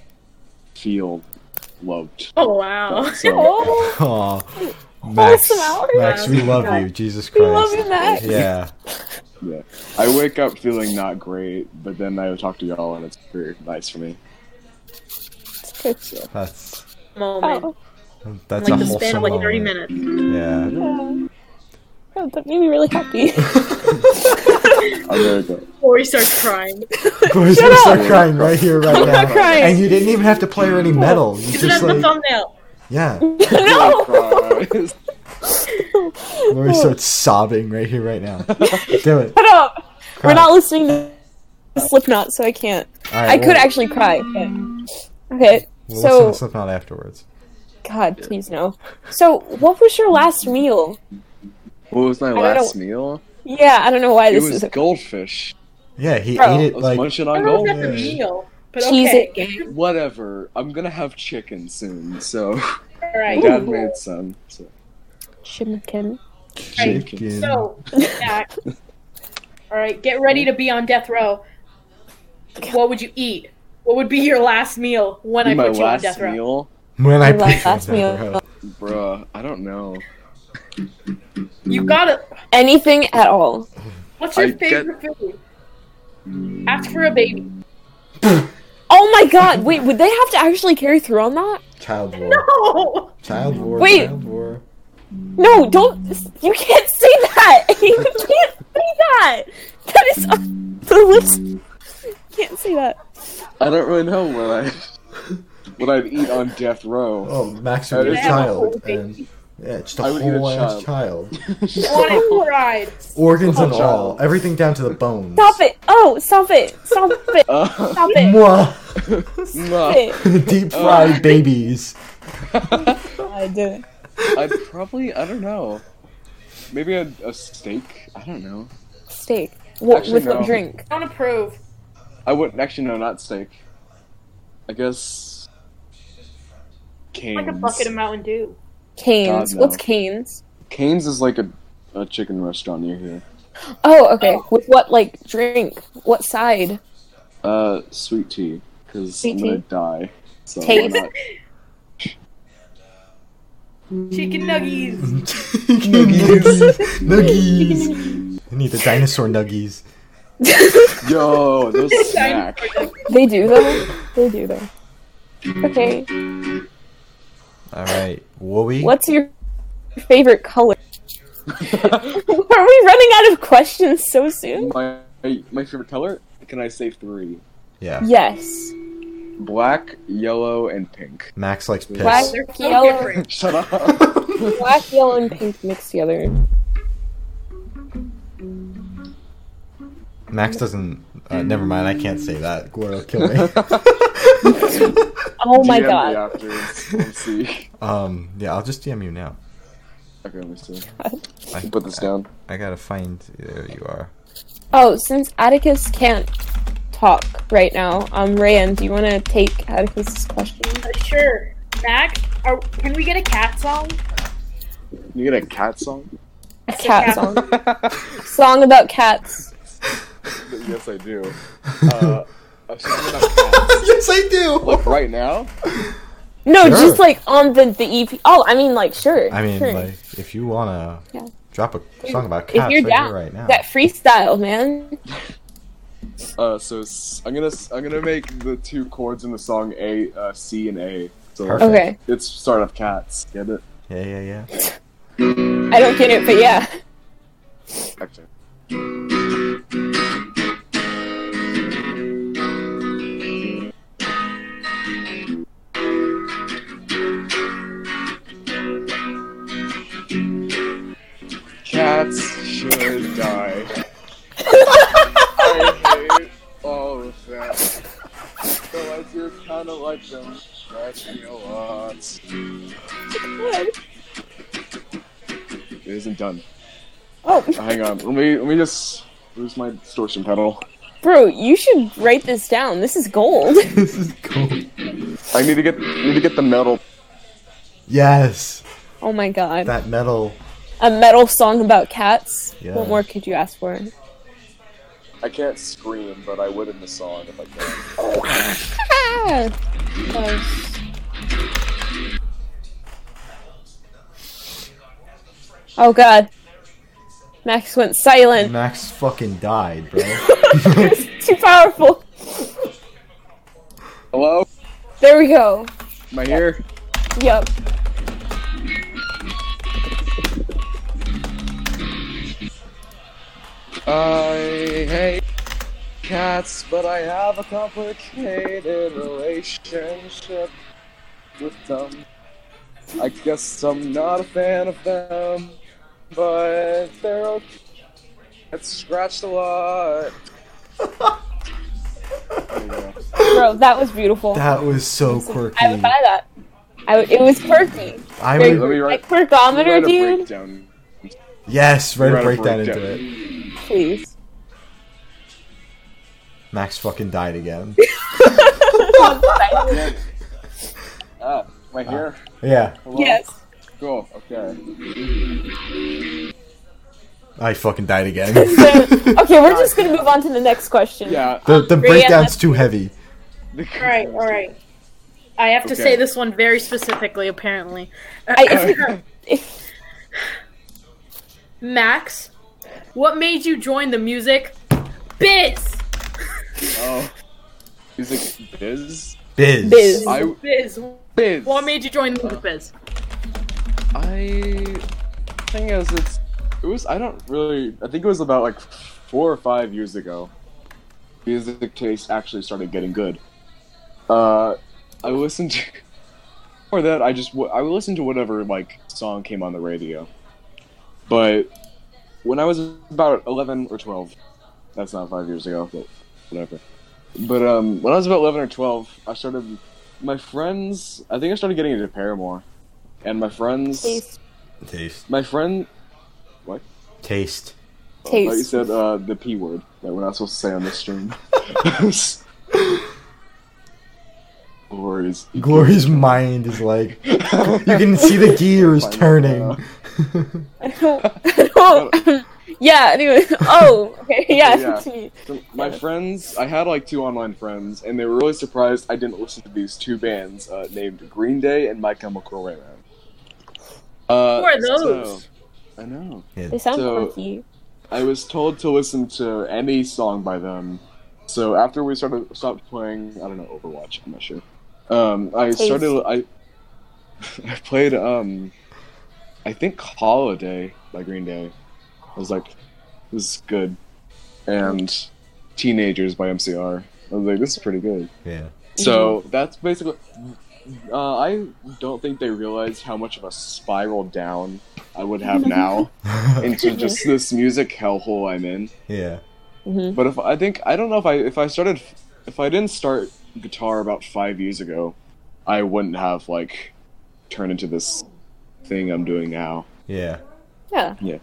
[SPEAKER 4] feel
[SPEAKER 3] <laughs>
[SPEAKER 4] loved.
[SPEAKER 3] Oh wow.
[SPEAKER 4] So,
[SPEAKER 2] Oh,
[SPEAKER 7] <laughs> Aw. Max,
[SPEAKER 2] Awesome hours.
[SPEAKER 7] Max, we love you. Jesus
[SPEAKER 2] We
[SPEAKER 7] Christ.
[SPEAKER 2] love you, Max.
[SPEAKER 7] Yeah.
[SPEAKER 4] yeah, I wake up feeling not great, but then I talk to y'all, and it's very nice for me.
[SPEAKER 7] That's
[SPEAKER 3] Moment.
[SPEAKER 2] Oh,
[SPEAKER 7] that's
[SPEAKER 3] like
[SPEAKER 7] a
[SPEAKER 3] the
[SPEAKER 7] wholesome
[SPEAKER 3] span of like 30
[SPEAKER 7] moment.
[SPEAKER 3] minutes.
[SPEAKER 7] Yeah.
[SPEAKER 2] yeah. Oh, that made me really happy. <laughs>
[SPEAKER 4] I'm
[SPEAKER 3] <laughs>
[SPEAKER 4] very good.
[SPEAKER 3] Before he starts crying.
[SPEAKER 7] <laughs> Boys, you start crying right here, right
[SPEAKER 2] not
[SPEAKER 7] now.
[SPEAKER 2] crying.
[SPEAKER 7] And you didn't even have to play her any metal. You
[SPEAKER 3] Isn't
[SPEAKER 7] just
[SPEAKER 3] that the
[SPEAKER 7] like
[SPEAKER 3] thumbnail?
[SPEAKER 7] yeah.
[SPEAKER 3] Oh.
[SPEAKER 4] No.
[SPEAKER 7] Lori starts sobbing right here, right now. Do it.
[SPEAKER 2] Shut up. <laughs> We're not listening to Slipknot, so I can't.
[SPEAKER 7] All right,
[SPEAKER 2] I could
[SPEAKER 7] we'll-
[SPEAKER 2] actually cry. but- Okay,
[SPEAKER 7] We'll listen
[SPEAKER 2] so
[SPEAKER 7] to Slipknot afterwards.
[SPEAKER 2] God, please no. So, what was your last meal?
[SPEAKER 4] What was my
[SPEAKER 2] don't
[SPEAKER 4] last meal?
[SPEAKER 2] Yeah, I don't know why
[SPEAKER 4] It
[SPEAKER 2] this
[SPEAKER 4] was
[SPEAKER 2] is.
[SPEAKER 4] goldfish.
[SPEAKER 7] Yeah, he
[SPEAKER 2] Bro.
[SPEAKER 7] ate
[SPEAKER 4] I
[SPEAKER 7] it
[SPEAKER 4] was
[SPEAKER 7] like
[SPEAKER 4] munching
[SPEAKER 3] I
[SPEAKER 4] on
[SPEAKER 3] don't know if that's
[SPEAKER 4] goldfish.
[SPEAKER 3] a meal, but
[SPEAKER 2] Cheese
[SPEAKER 3] okay.
[SPEAKER 4] Whatever. I'm gonna have chicken soon, so <laughs>
[SPEAKER 3] All right.
[SPEAKER 4] dad made some. So.
[SPEAKER 2] Shimkin.
[SPEAKER 7] chicken.
[SPEAKER 3] So, Zach, all right, get ready to be on death row. What would you eat? What would be your last meal when I
[SPEAKER 4] my
[SPEAKER 3] put you on
[SPEAKER 4] last
[SPEAKER 3] death row?
[SPEAKER 4] meal,
[SPEAKER 7] when I
[SPEAKER 2] Your
[SPEAKER 7] put
[SPEAKER 2] last
[SPEAKER 7] you on
[SPEAKER 2] meal.
[SPEAKER 7] death row.
[SPEAKER 4] bruh. I don't know.
[SPEAKER 3] You gotta.
[SPEAKER 2] Anything at all.
[SPEAKER 3] What's your
[SPEAKER 4] I get- Mm.
[SPEAKER 3] favorite food? Ask for a baby.
[SPEAKER 2] Oh my
[SPEAKER 4] <laughs>
[SPEAKER 2] God! Wait, would they have to actually carry through on that?
[SPEAKER 1] Child war.
[SPEAKER 3] Oh,
[SPEAKER 1] Child war.
[SPEAKER 2] Wait.
[SPEAKER 1] Child war.
[SPEAKER 2] No, don't. You can't say that. <laughs> You can't say that. That is on the list. Can't say that.
[SPEAKER 4] I don't really know what I what I'd eat on death row.
[SPEAKER 1] Oh, Max would be a
[SPEAKER 4] They have a
[SPEAKER 3] whole
[SPEAKER 1] child.
[SPEAKER 3] thing.
[SPEAKER 1] And, yeah, just a
[SPEAKER 4] I would eat a
[SPEAKER 1] whole ass
[SPEAKER 4] child.
[SPEAKER 1] child.
[SPEAKER 4] <laughs>
[SPEAKER 3] want it fried.
[SPEAKER 1] Organs and
[SPEAKER 4] Oh,
[SPEAKER 1] all.
[SPEAKER 4] child.
[SPEAKER 1] Everything down to the bones.
[SPEAKER 2] Stop it! Oh, stop it! Stop
[SPEAKER 4] <laughs>
[SPEAKER 2] it!
[SPEAKER 4] Uh,
[SPEAKER 2] Stop it!
[SPEAKER 1] <laughs>
[SPEAKER 7] Mwah.
[SPEAKER 4] <laughs> nah,
[SPEAKER 2] Stop
[SPEAKER 4] Uh,
[SPEAKER 7] Deep fried babies.
[SPEAKER 2] it!
[SPEAKER 1] <laughs>
[SPEAKER 4] I'd probably I don't know. Maybe a, a steak. I don't know.
[SPEAKER 2] Steak. What,
[SPEAKER 4] Actually,
[SPEAKER 2] with what
[SPEAKER 4] no.
[SPEAKER 2] drink?
[SPEAKER 3] Don't approve.
[SPEAKER 4] I wouldn't actually no, not steak. I guess. Canes.
[SPEAKER 3] Like a bucket of Mountain Dew.
[SPEAKER 2] Canes.
[SPEAKER 4] God, no.
[SPEAKER 2] What's Canes?
[SPEAKER 4] Canes is like a, a chicken restaurant near here.
[SPEAKER 2] Oh, okay. With what like drink? What side?
[SPEAKER 4] Uh, sweet tea, because
[SPEAKER 2] Sweet
[SPEAKER 4] I'm gonna die. So why
[SPEAKER 2] Taste.
[SPEAKER 4] not?
[SPEAKER 3] Chicken
[SPEAKER 1] Mm-hmm.
[SPEAKER 3] nuggies.
[SPEAKER 7] nuggies. nuggies. I need the dinosaur nuggies.
[SPEAKER 4] Yo,
[SPEAKER 2] <laughs>
[SPEAKER 4] those
[SPEAKER 3] Dinosaur
[SPEAKER 4] snack.
[SPEAKER 2] They do
[SPEAKER 4] <laughs>
[SPEAKER 2] though. They do though. Okay.
[SPEAKER 7] All right, Wooey.
[SPEAKER 2] What's your favorite color? <laughs> Are we running out of questions so soon?
[SPEAKER 4] <laughs> my, my my favorite color? Can I say three?
[SPEAKER 7] Yeah.
[SPEAKER 2] Yes.
[SPEAKER 4] Black, yellow, and pink. <laughs>
[SPEAKER 7] Max likes piss.
[SPEAKER 2] Black,
[SPEAKER 3] They're so
[SPEAKER 2] yellow,
[SPEAKER 3] different.
[SPEAKER 4] Shut up.
[SPEAKER 2] black, yellow, and pink mixed together.
[SPEAKER 7] Max doesn't. Uh, never mind. I can't say that. Gloria will kill me.
[SPEAKER 2] Oh my
[SPEAKER 4] DM me
[SPEAKER 2] god.
[SPEAKER 4] afterwards.
[SPEAKER 2] <laughs>
[SPEAKER 4] Let's see.
[SPEAKER 7] <laughs> um. Yeah. I'll just DM you now.
[SPEAKER 4] Okay, let me see.
[SPEAKER 7] I,
[SPEAKER 4] Put this down.
[SPEAKER 7] I gotta find. There you
[SPEAKER 1] <laughs>
[SPEAKER 7] are.
[SPEAKER 2] Oh, since Atticus can't talk right now, um, Rayan, do you want to take Atticus's question?
[SPEAKER 3] Sure. Mac, are, can we get a cat song?
[SPEAKER 4] You get a
[SPEAKER 2] <laughs>
[SPEAKER 4] cat song?
[SPEAKER 2] A cat song. Song about cats.
[SPEAKER 4] yes, I do. Uh, a song about cats.
[SPEAKER 7] yes, I do.
[SPEAKER 4] Like right now?
[SPEAKER 2] No,
[SPEAKER 7] Sure.
[SPEAKER 2] just like on the the EP. Oh, I mean, like sure.
[SPEAKER 7] I mean,
[SPEAKER 2] sure.
[SPEAKER 7] like, if you wanna
[SPEAKER 2] Yeah.
[SPEAKER 7] drop a song about
[SPEAKER 2] if
[SPEAKER 7] cats
[SPEAKER 2] you're
[SPEAKER 7] right,
[SPEAKER 2] down,
[SPEAKER 7] here, right now,
[SPEAKER 2] that freestyle, man.
[SPEAKER 4] Uh, so s- I'm gonna s- I'm gonna make the two chords in the song A, uh, C, and A. So like,
[SPEAKER 7] Perfect.
[SPEAKER 2] Okay,
[SPEAKER 4] it's start of cats. Get it?
[SPEAKER 7] yeah, yeah, yeah.
[SPEAKER 2] I don't get it, but yeah.
[SPEAKER 4] Actually. Cats should die. I hate all of them. Though I do kinda like them. That's me a lot. It isn't done.
[SPEAKER 2] Oh,
[SPEAKER 4] Hang on. Let me let me just Where's my distortion pedal?
[SPEAKER 2] Bro, you should write this down. This is
[SPEAKER 1] <laughs>
[SPEAKER 2] gold. <laughs>
[SPEAKER 1] this is cool.
[SPEAKER 4] I need to get need to get the metal.
[SPEAKER 1] Yes,
[SPEAKER 2] oh my god.
[SPEAKER 1] that metal.
[SPEAKER 2] A metal song about cats.
[SPEAKER 1] Yeah.
[SPEAKER 2] What more could you ask for?
[SPEAKER 4] I can't scream, but I would in the song if I could.
[SPEAKER 2] Ah! Oh god. Max went silent.
[SPEAKER 1] Max fucking died,
[SPEAKER 2] <laughs>
[SPEAKER 1] bro.
[SPEAKER 2] It's too powerful.
[SPEAKER 4] Hello,
[SPEAKER 2] There we go.
[SPEAKER 4] am I here?
[SPEAKER 2] Yep.
[SPEAKER 4] I hate cats, but I have a complicated relationship with them. I guess I'm not a fan of them, but they're okay. It's scratched a lot. There you go.
[SPEAKER 2] Bro, that was beautiful.
[SPEAKER 1] that was so quirky.
[SPEAKER 2] I would buy that. I would, it was quirky.
[SPEAKER 1] I
[SPEAKER 2] Very-
[SPEAKER 4] Let
[SPEAKER 1] would
[SPEAKER 4] me write,
[SPEAKER 2] Like
[SPEAKER 4] let me write
[SPEAKER 2] quirkometer,
[SPEAKER 4] a
[SPEAKER 2] dude.
[SPEAKER 4] breakdown.
[SPEAKER 1] <laughs> yes, write a
[SPEAKER 4] Write a
[SPEAKER 1] breakdown into
[SPEAKER 4] breakdown.
[SPEAKER 1] it.
[SPEAKER 2] Please. <laughs>
[SPEAKER 1] Max fucking died
[SPEAKER 2] <laughs>
[SPEAKER 1] again.
[SPEAKER 4] Ah, am I here?
[SPEAKER 1] Yeah,
[SPEAKER 4] Hello?
[SPEAKER 2] yes.
[SPEAKER 4] Cool, okay.
[SPEAKER 7] I fucking died again.
[SPEAKER 2] <laughs> So, okay, we're just gonna move on to the next question.
[SPEAKER 4] Yeah,
[SPEAKER 1] <laughs> the the
[SPEAKER 2] Three
[SPEAKER 1] breakdown's
[SPEAKER 2] LSD.
[SPEAKER 1] too heavy.
[SPEAKER 3] All right, all right. I have to
[SPEAKER 4] Okay.
[SPEAKER 3] say this one very specifically, apparently.
[SPEAKER 2] I, if, if,
[SPEAKER 3] Max, what made you join the music biz?
[SPEAKER 4] <laughs> Oh. Music biz?
[SPEAKER 1] Biz.
[SPEAKER 2] Biz.
[SPEAKER 4] I
[SPEAKER 3] Biz.
[SPEAKER 4] biz.
[SPEAKER 3] What made you join the music biz?
[SPEAKER 4] I thing is it's it was I don't really I think it was about like four or five years ago. Music taste actually started getting good. Uh, I listened to <laughs> for that I just wa- I would listen to whatever like song came on the radio. But when I was about eleven or twelve, that's not five years ago, but whatever. But um, when I was about eleven or twelve, I started my friends. I think I started getting into Paramore, and my friends.
[SPEAKER 2] taste.
[SPEAKER 7] Taste.
[SPEAKER 4] My friend,
[SPEAKER 7] Taste.
[SPEAKER 4] I thought you
[SPEAKER 2] Taste.
[SPEAKER 4] said uh, the p word that we're not supposed to say on this
[SPEAKER 3] <laughs>
[SPEAKER 4] stream.
[SPEAKER 3] <laughs>
[SPEAKER 4] Glories.
[SPEAKER 1] Glory's mind is like you can see the gears
[SPEAKER 4] Find
[SPEAKER 1] turning.
[SPEAKER 4] out.
[SPEAKER 2] I <laughs> don't- I don't- <laughs> yeah. Anyway. <laughs> Oh. Okay. Yeah. <laughs>
[SPEAKER 4] Yeah.
[SPEAKER 2] continue.
[SPEAKER 4] So my friends, I had like two online friends, and they were really surprised I didn't listen to these two bands uh, named Green Day and My Chemical Romance. Uh,
[SPEAKER 3] Who are those?
[SPEAKER 4] so- I know.
[SPEAKER 2] They sound
[SPEAKER 4] So-
[SPEAKER 2] quirky.
[SPEAKER 4] I was told to listen to any song by them. So after we started stopped playing, I don't know Overwatch. I'm not sure. Um, I
[SPEAKER 2] Taste.
[SPEAKER 4] started. I <laughs> I played. Um, I think Holiday by Green Day. I was like, this is good. And Teenagers by MCR. I was like, this is pretty good.
[SPEAKER 7] Yeah.
[SPEAKER 1] <laughs>
[SPEAKER 4] So that's basically. Uh, I don't think they realized how much of a spiral down I would have now <laughs> into just this music hellhole I'm in.
[SPEAKER 7] Yeah.
[SPEAKER 2] Mm-hmm.
[SPEAKER 4] But if I think I don't know if I if I started if I didn't start guitar about five years ago, I wouldn't have like turned into this thing I'm doing now.
[SPEAKER 7] Yeah.
[SPEAKER 2] Yeah.
[SPEAKER 4] Yeah.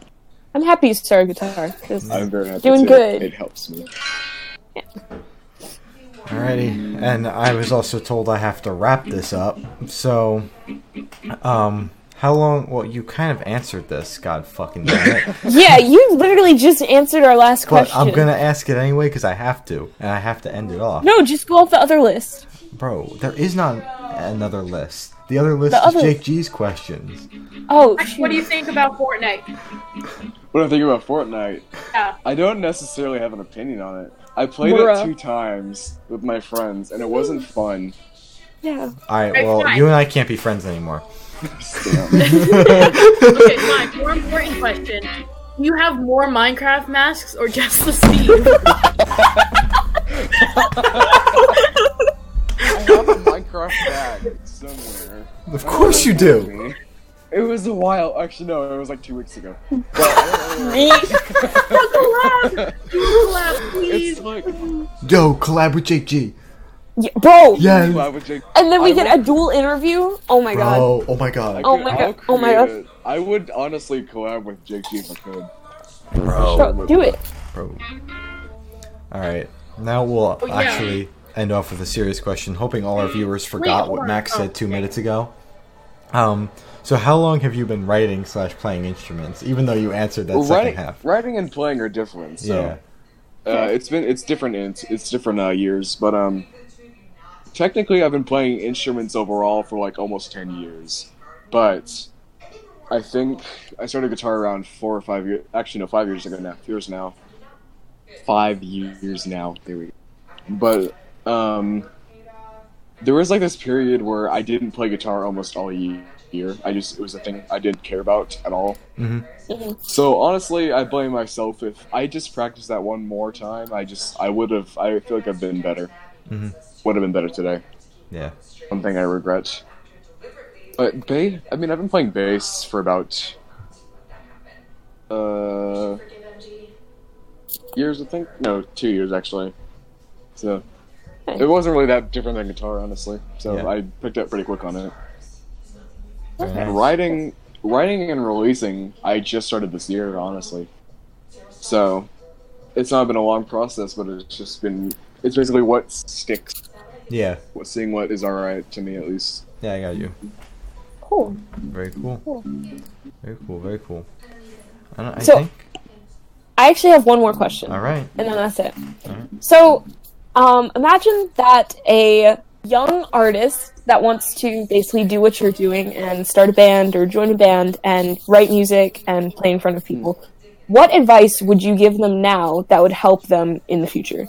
[SPEAKER 2] I'm happy you started guitar. 'cause-
[SPEAKER 4] I'm very happy.
[SPEAKER 2] Doing
[SPEAKER 4] to-
[SPEAKER 2] good.
[SPEAKER 4] It helps me.
[SPEAKER 1] Alrighty, and I was also told I have to wrap this up. So, um, how long? Well, you kind of answered this. God fucking damn
[SPEAKER 2] <laughs>
[SPEAKER 1] it!
[SPEAKER 2] <laughs> yeah. You literally just answered our last
[SPEAKER 1] But
[SPEAKER 2] question.
[SPEAKER 1] I'm gonna ask it anyway because I have to, and I have to end it off,
[SPEAKER 2] No, just go off the other list.
[SPEAKER 1] bro. There is not another list. The other list
[SPEAKER 2] The
[SPEAKER 1] is
[SPEAKER 2] other-
[SPEAKER 1] Jake G's questions.
[SPEAKER 2] Oh.
[SPEAKER 3] What do
[SPEAKER 2] <laughs>
[SPEAKER 3] you
[SPEAKER 2] shoot.
[SPEAKER 3] think about Fortnite?
[SPEAKER 4] What do I think about Fortnite?
[SPEAKER 3] Yeah.
[SPEAKER 4] I don't necessarily have an opinion on it. I played
[SPEAKER 2] Bruh.
[SPEAKER 4] it two times with my friends, and it wasn't fun.
[SPEAKER 2] Yeah.
[SPEAKER 1] All right,
[SPEAKER 3] Right,
[SPEAKER 1] well,
[SPEAKER 3] fine.
[SPEAKER 1] you and I can't be friends
[SPEAKER 2] <laughs>
[SPEAKER 1] anymore.
[SPEAKER 3] Okay, fine. More important question. Do you have more Minecraft masks or just the Steve?
[SPEAKER 4] I have a Minecraft bag somewhere.
[SPEAKER 1] Of course you do.
[SPEAKER 4] It was a while. Actually, no, it was like two weeks ago. But I don't know.
[SPEAKER 3] collab! Do a collab, please!
[SPEAKER 2] <laughs>
[SPEAKER 4] it's like
[SPEAKER 1] Yo, collab with Jake G.
[SPEAKER 2] Yeah, Bro.
[SPEAKER 1] Yeah,
[SPEAKER 4] collab with Jake.
[SPEAKER 2] And then we
[SPEAKER 4] I
[SPEAKER 2] get a dual interview. Oh my god.
[SPEAKER 1] bro. Oh my god.
[SPEAKER 2] Oh my
[SPEAKER 4] I'll
[SPEAKER 2] god. Oh my
[SPEAKER 4] create
[SPEAKER 2] god.
[SPEAKER 4] it. I would honestly collab with Jake G if I could.
[SPEAKER 2] Bro, do it.
[SPEAKER 1] Pro. All right. Now we'll
[SPEAKER 3] Oh, yeah.
[SPEAKER 1] actually end off with a serious question, hoping all our viewers forgot
[SPEAKER 3] hold
[SPEAKER 1] what
[SPEAKER 3] on.
[SPEAKER 1] Max
[SPEAKER 3] Oh,
[SPEAKER 1] said two
[SPEAKER 3] okay.
[SPEAKER 1] minutes ago. Um, so how long have you been writing slash playing instruments? Even though you answered that
[SPEAKER 4] Well,
[SPEAKER 1] second
[SPEAKER 4] writing,
[SPEAKER 1] half.
[SPEAKER 4] writing and playing are different. So.
[SPEAKER 1] Yeah.
[SPEAKER 4] Uh, it's been it's different in it's, it's different uh, years, but um, technically I've been playing instruments overall for like almost ten years, but I think I started guitar around four or five years. Actually, no, five years ago now. Years now, five years now. There we go. But um, there was like this period where I didn't play guitar almost all ye- year. I just it was a thing I didn't care about at all. So honestly, I blame myself. If I just practiced that one more time, I just I would have. I feel like I've been better.
[SPEAKER 1] Mhm.
[SPEAKER 4] Would have been better today.
[SPEAKER 1] Yeah.
[SPEAKER 4] One thing I regret. But bass. I mean, I've been playing bass for about uh years, I think. No, two years actually. So
[SPEAKER 2] Nice.
[SPEAKER 4] it wasn't really that different than guitar, honestly. So
[SPEAKER 1] Yeah.
[SPEAKER 4] I picked up pretty quick on it.
[SPEAKER 1] Very nice.
[SPEAKER 4] Writing, writing and releasing, I just started this year, honestly. So, it's not been a long process, but it's just been. It's basically what sticks,
[SPEAKER 1] Yeah.
[SPEAKER 4] what seeing what is alright to me at least.
[SPEAKER 1] Yeah, I got you.
[SPEAKER 2] Cool.
[SPEAKER 1] Very cool. Very cool. Very cool. I, don't, I
[SPEAKER 2] So-
[SPEAKER 1] think.
[SPEAKER 2] I actually have one more question.
[SPEAKER 1] All right.
[SPEAKER 2] and then that's it.
[SPEAKER 1] Alright.
[SPEAKER 2] So, um, imagine that a young artist that wants to basically do what you're doing and start a band or join a band and write music and play in front of people. What advice would you give them now that would help them in the future?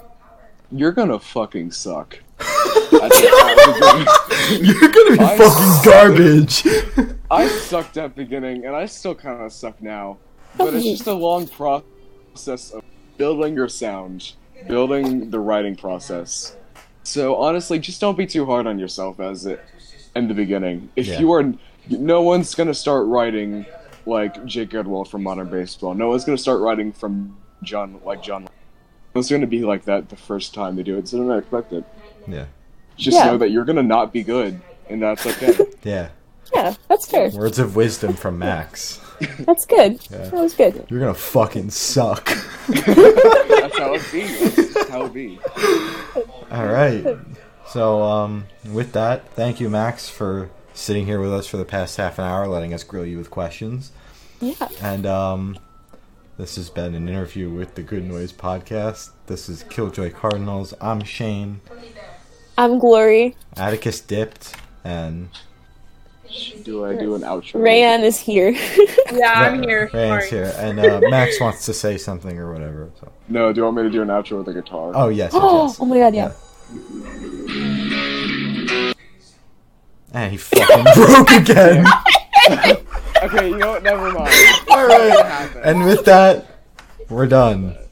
[SPEAKER 4] You're gonna fucking suck. I,
[SPEAKER 1] <laughs> You're gonna be
[SPEAKER 4] I-
[SPEAKER 1] fucking garbage.
[SPEAKER 4] I sucked at beginning, and I still kind of suck now. But it's just a long process of building your sound, building the writing process. So honestly, just don't be too hard on yourself as it in the beginning. If
[SPEAKER 1] Yeah.
[SPEAKER 4] you are, no one's gonna start writing like Jake Goodwill from Modern Baseball. No one's gonna start writing from John like John. It's gonna be like that the first time they do it, so don't expect it.
[SPEAKER 1] <laughs> yeah.
[SPEAKER 4] Just
[SPEAKER 2] Yeah.
[SPEAKER 4] know that you're gonna not be good, and that's okay.
[SPEAKER 1] Yeah.
[SPEAKER 2] Yeah, that's fair.
[SPEAKER 1] Words of wisdom from Max.
[SPEAKER 2] That's good.
[SPEAKER 1] Yeah.
[SPEAKER 2] That was good.
[SPEAKER 1] You're gonna fucking suck. <laughs>
[SPEAKER 4] that's how it be. That's just how it be.
[SPEAKER 1] All right. So, um, with that, thank you, Max, for sitting here with us for the past half an hour, letting us grill you with questions.
[SPEAKER 2] Yeah.
[SPEAKER 1] And um, this has been an interview with the Good Noise Podcast. This is Killjoy Cardinals. I'm Shane.
[SPEAKER 2] I'm Glory.
[SPEAKER 1] Atticus dipped, and
[SPEAKER 4] Do I do an outro?
[SPEAKER 2] Rayan is here. <laughs>
[SPEAKER 3] Yeah, I'm
[SPEAKER 1] Ra-
[SPEAKER 3] here.
[SPEAKER 1] Rand's
[SPEAKER 3] Sorry.
[SPEAKER 1] here, and uh, Max
[SPEAKER 3] <laughs>
[SPEAKER 1] wants to say something or whatever. So.
[SPEAKER 4] No, do you want me to do an outro with a guitar?
[SPEAKER 1] Oh yes,
[SPEAKER 2] <gasps>
[SPEAKER 1] yes,
[SPEAKER 2] oh,
[SPEAKER 1] yes.
[SPEAKER 2] oh my god, yeah.
[SPEAKER 1] And he fucking <laughs> broke again.
[SPEAKER 4] Okay, you know what? Never mind. <laughs>
[SPEAKER 1] All right.
[SPEAKER 4] Happened.
[SPEAKER 1] And with that, we're done.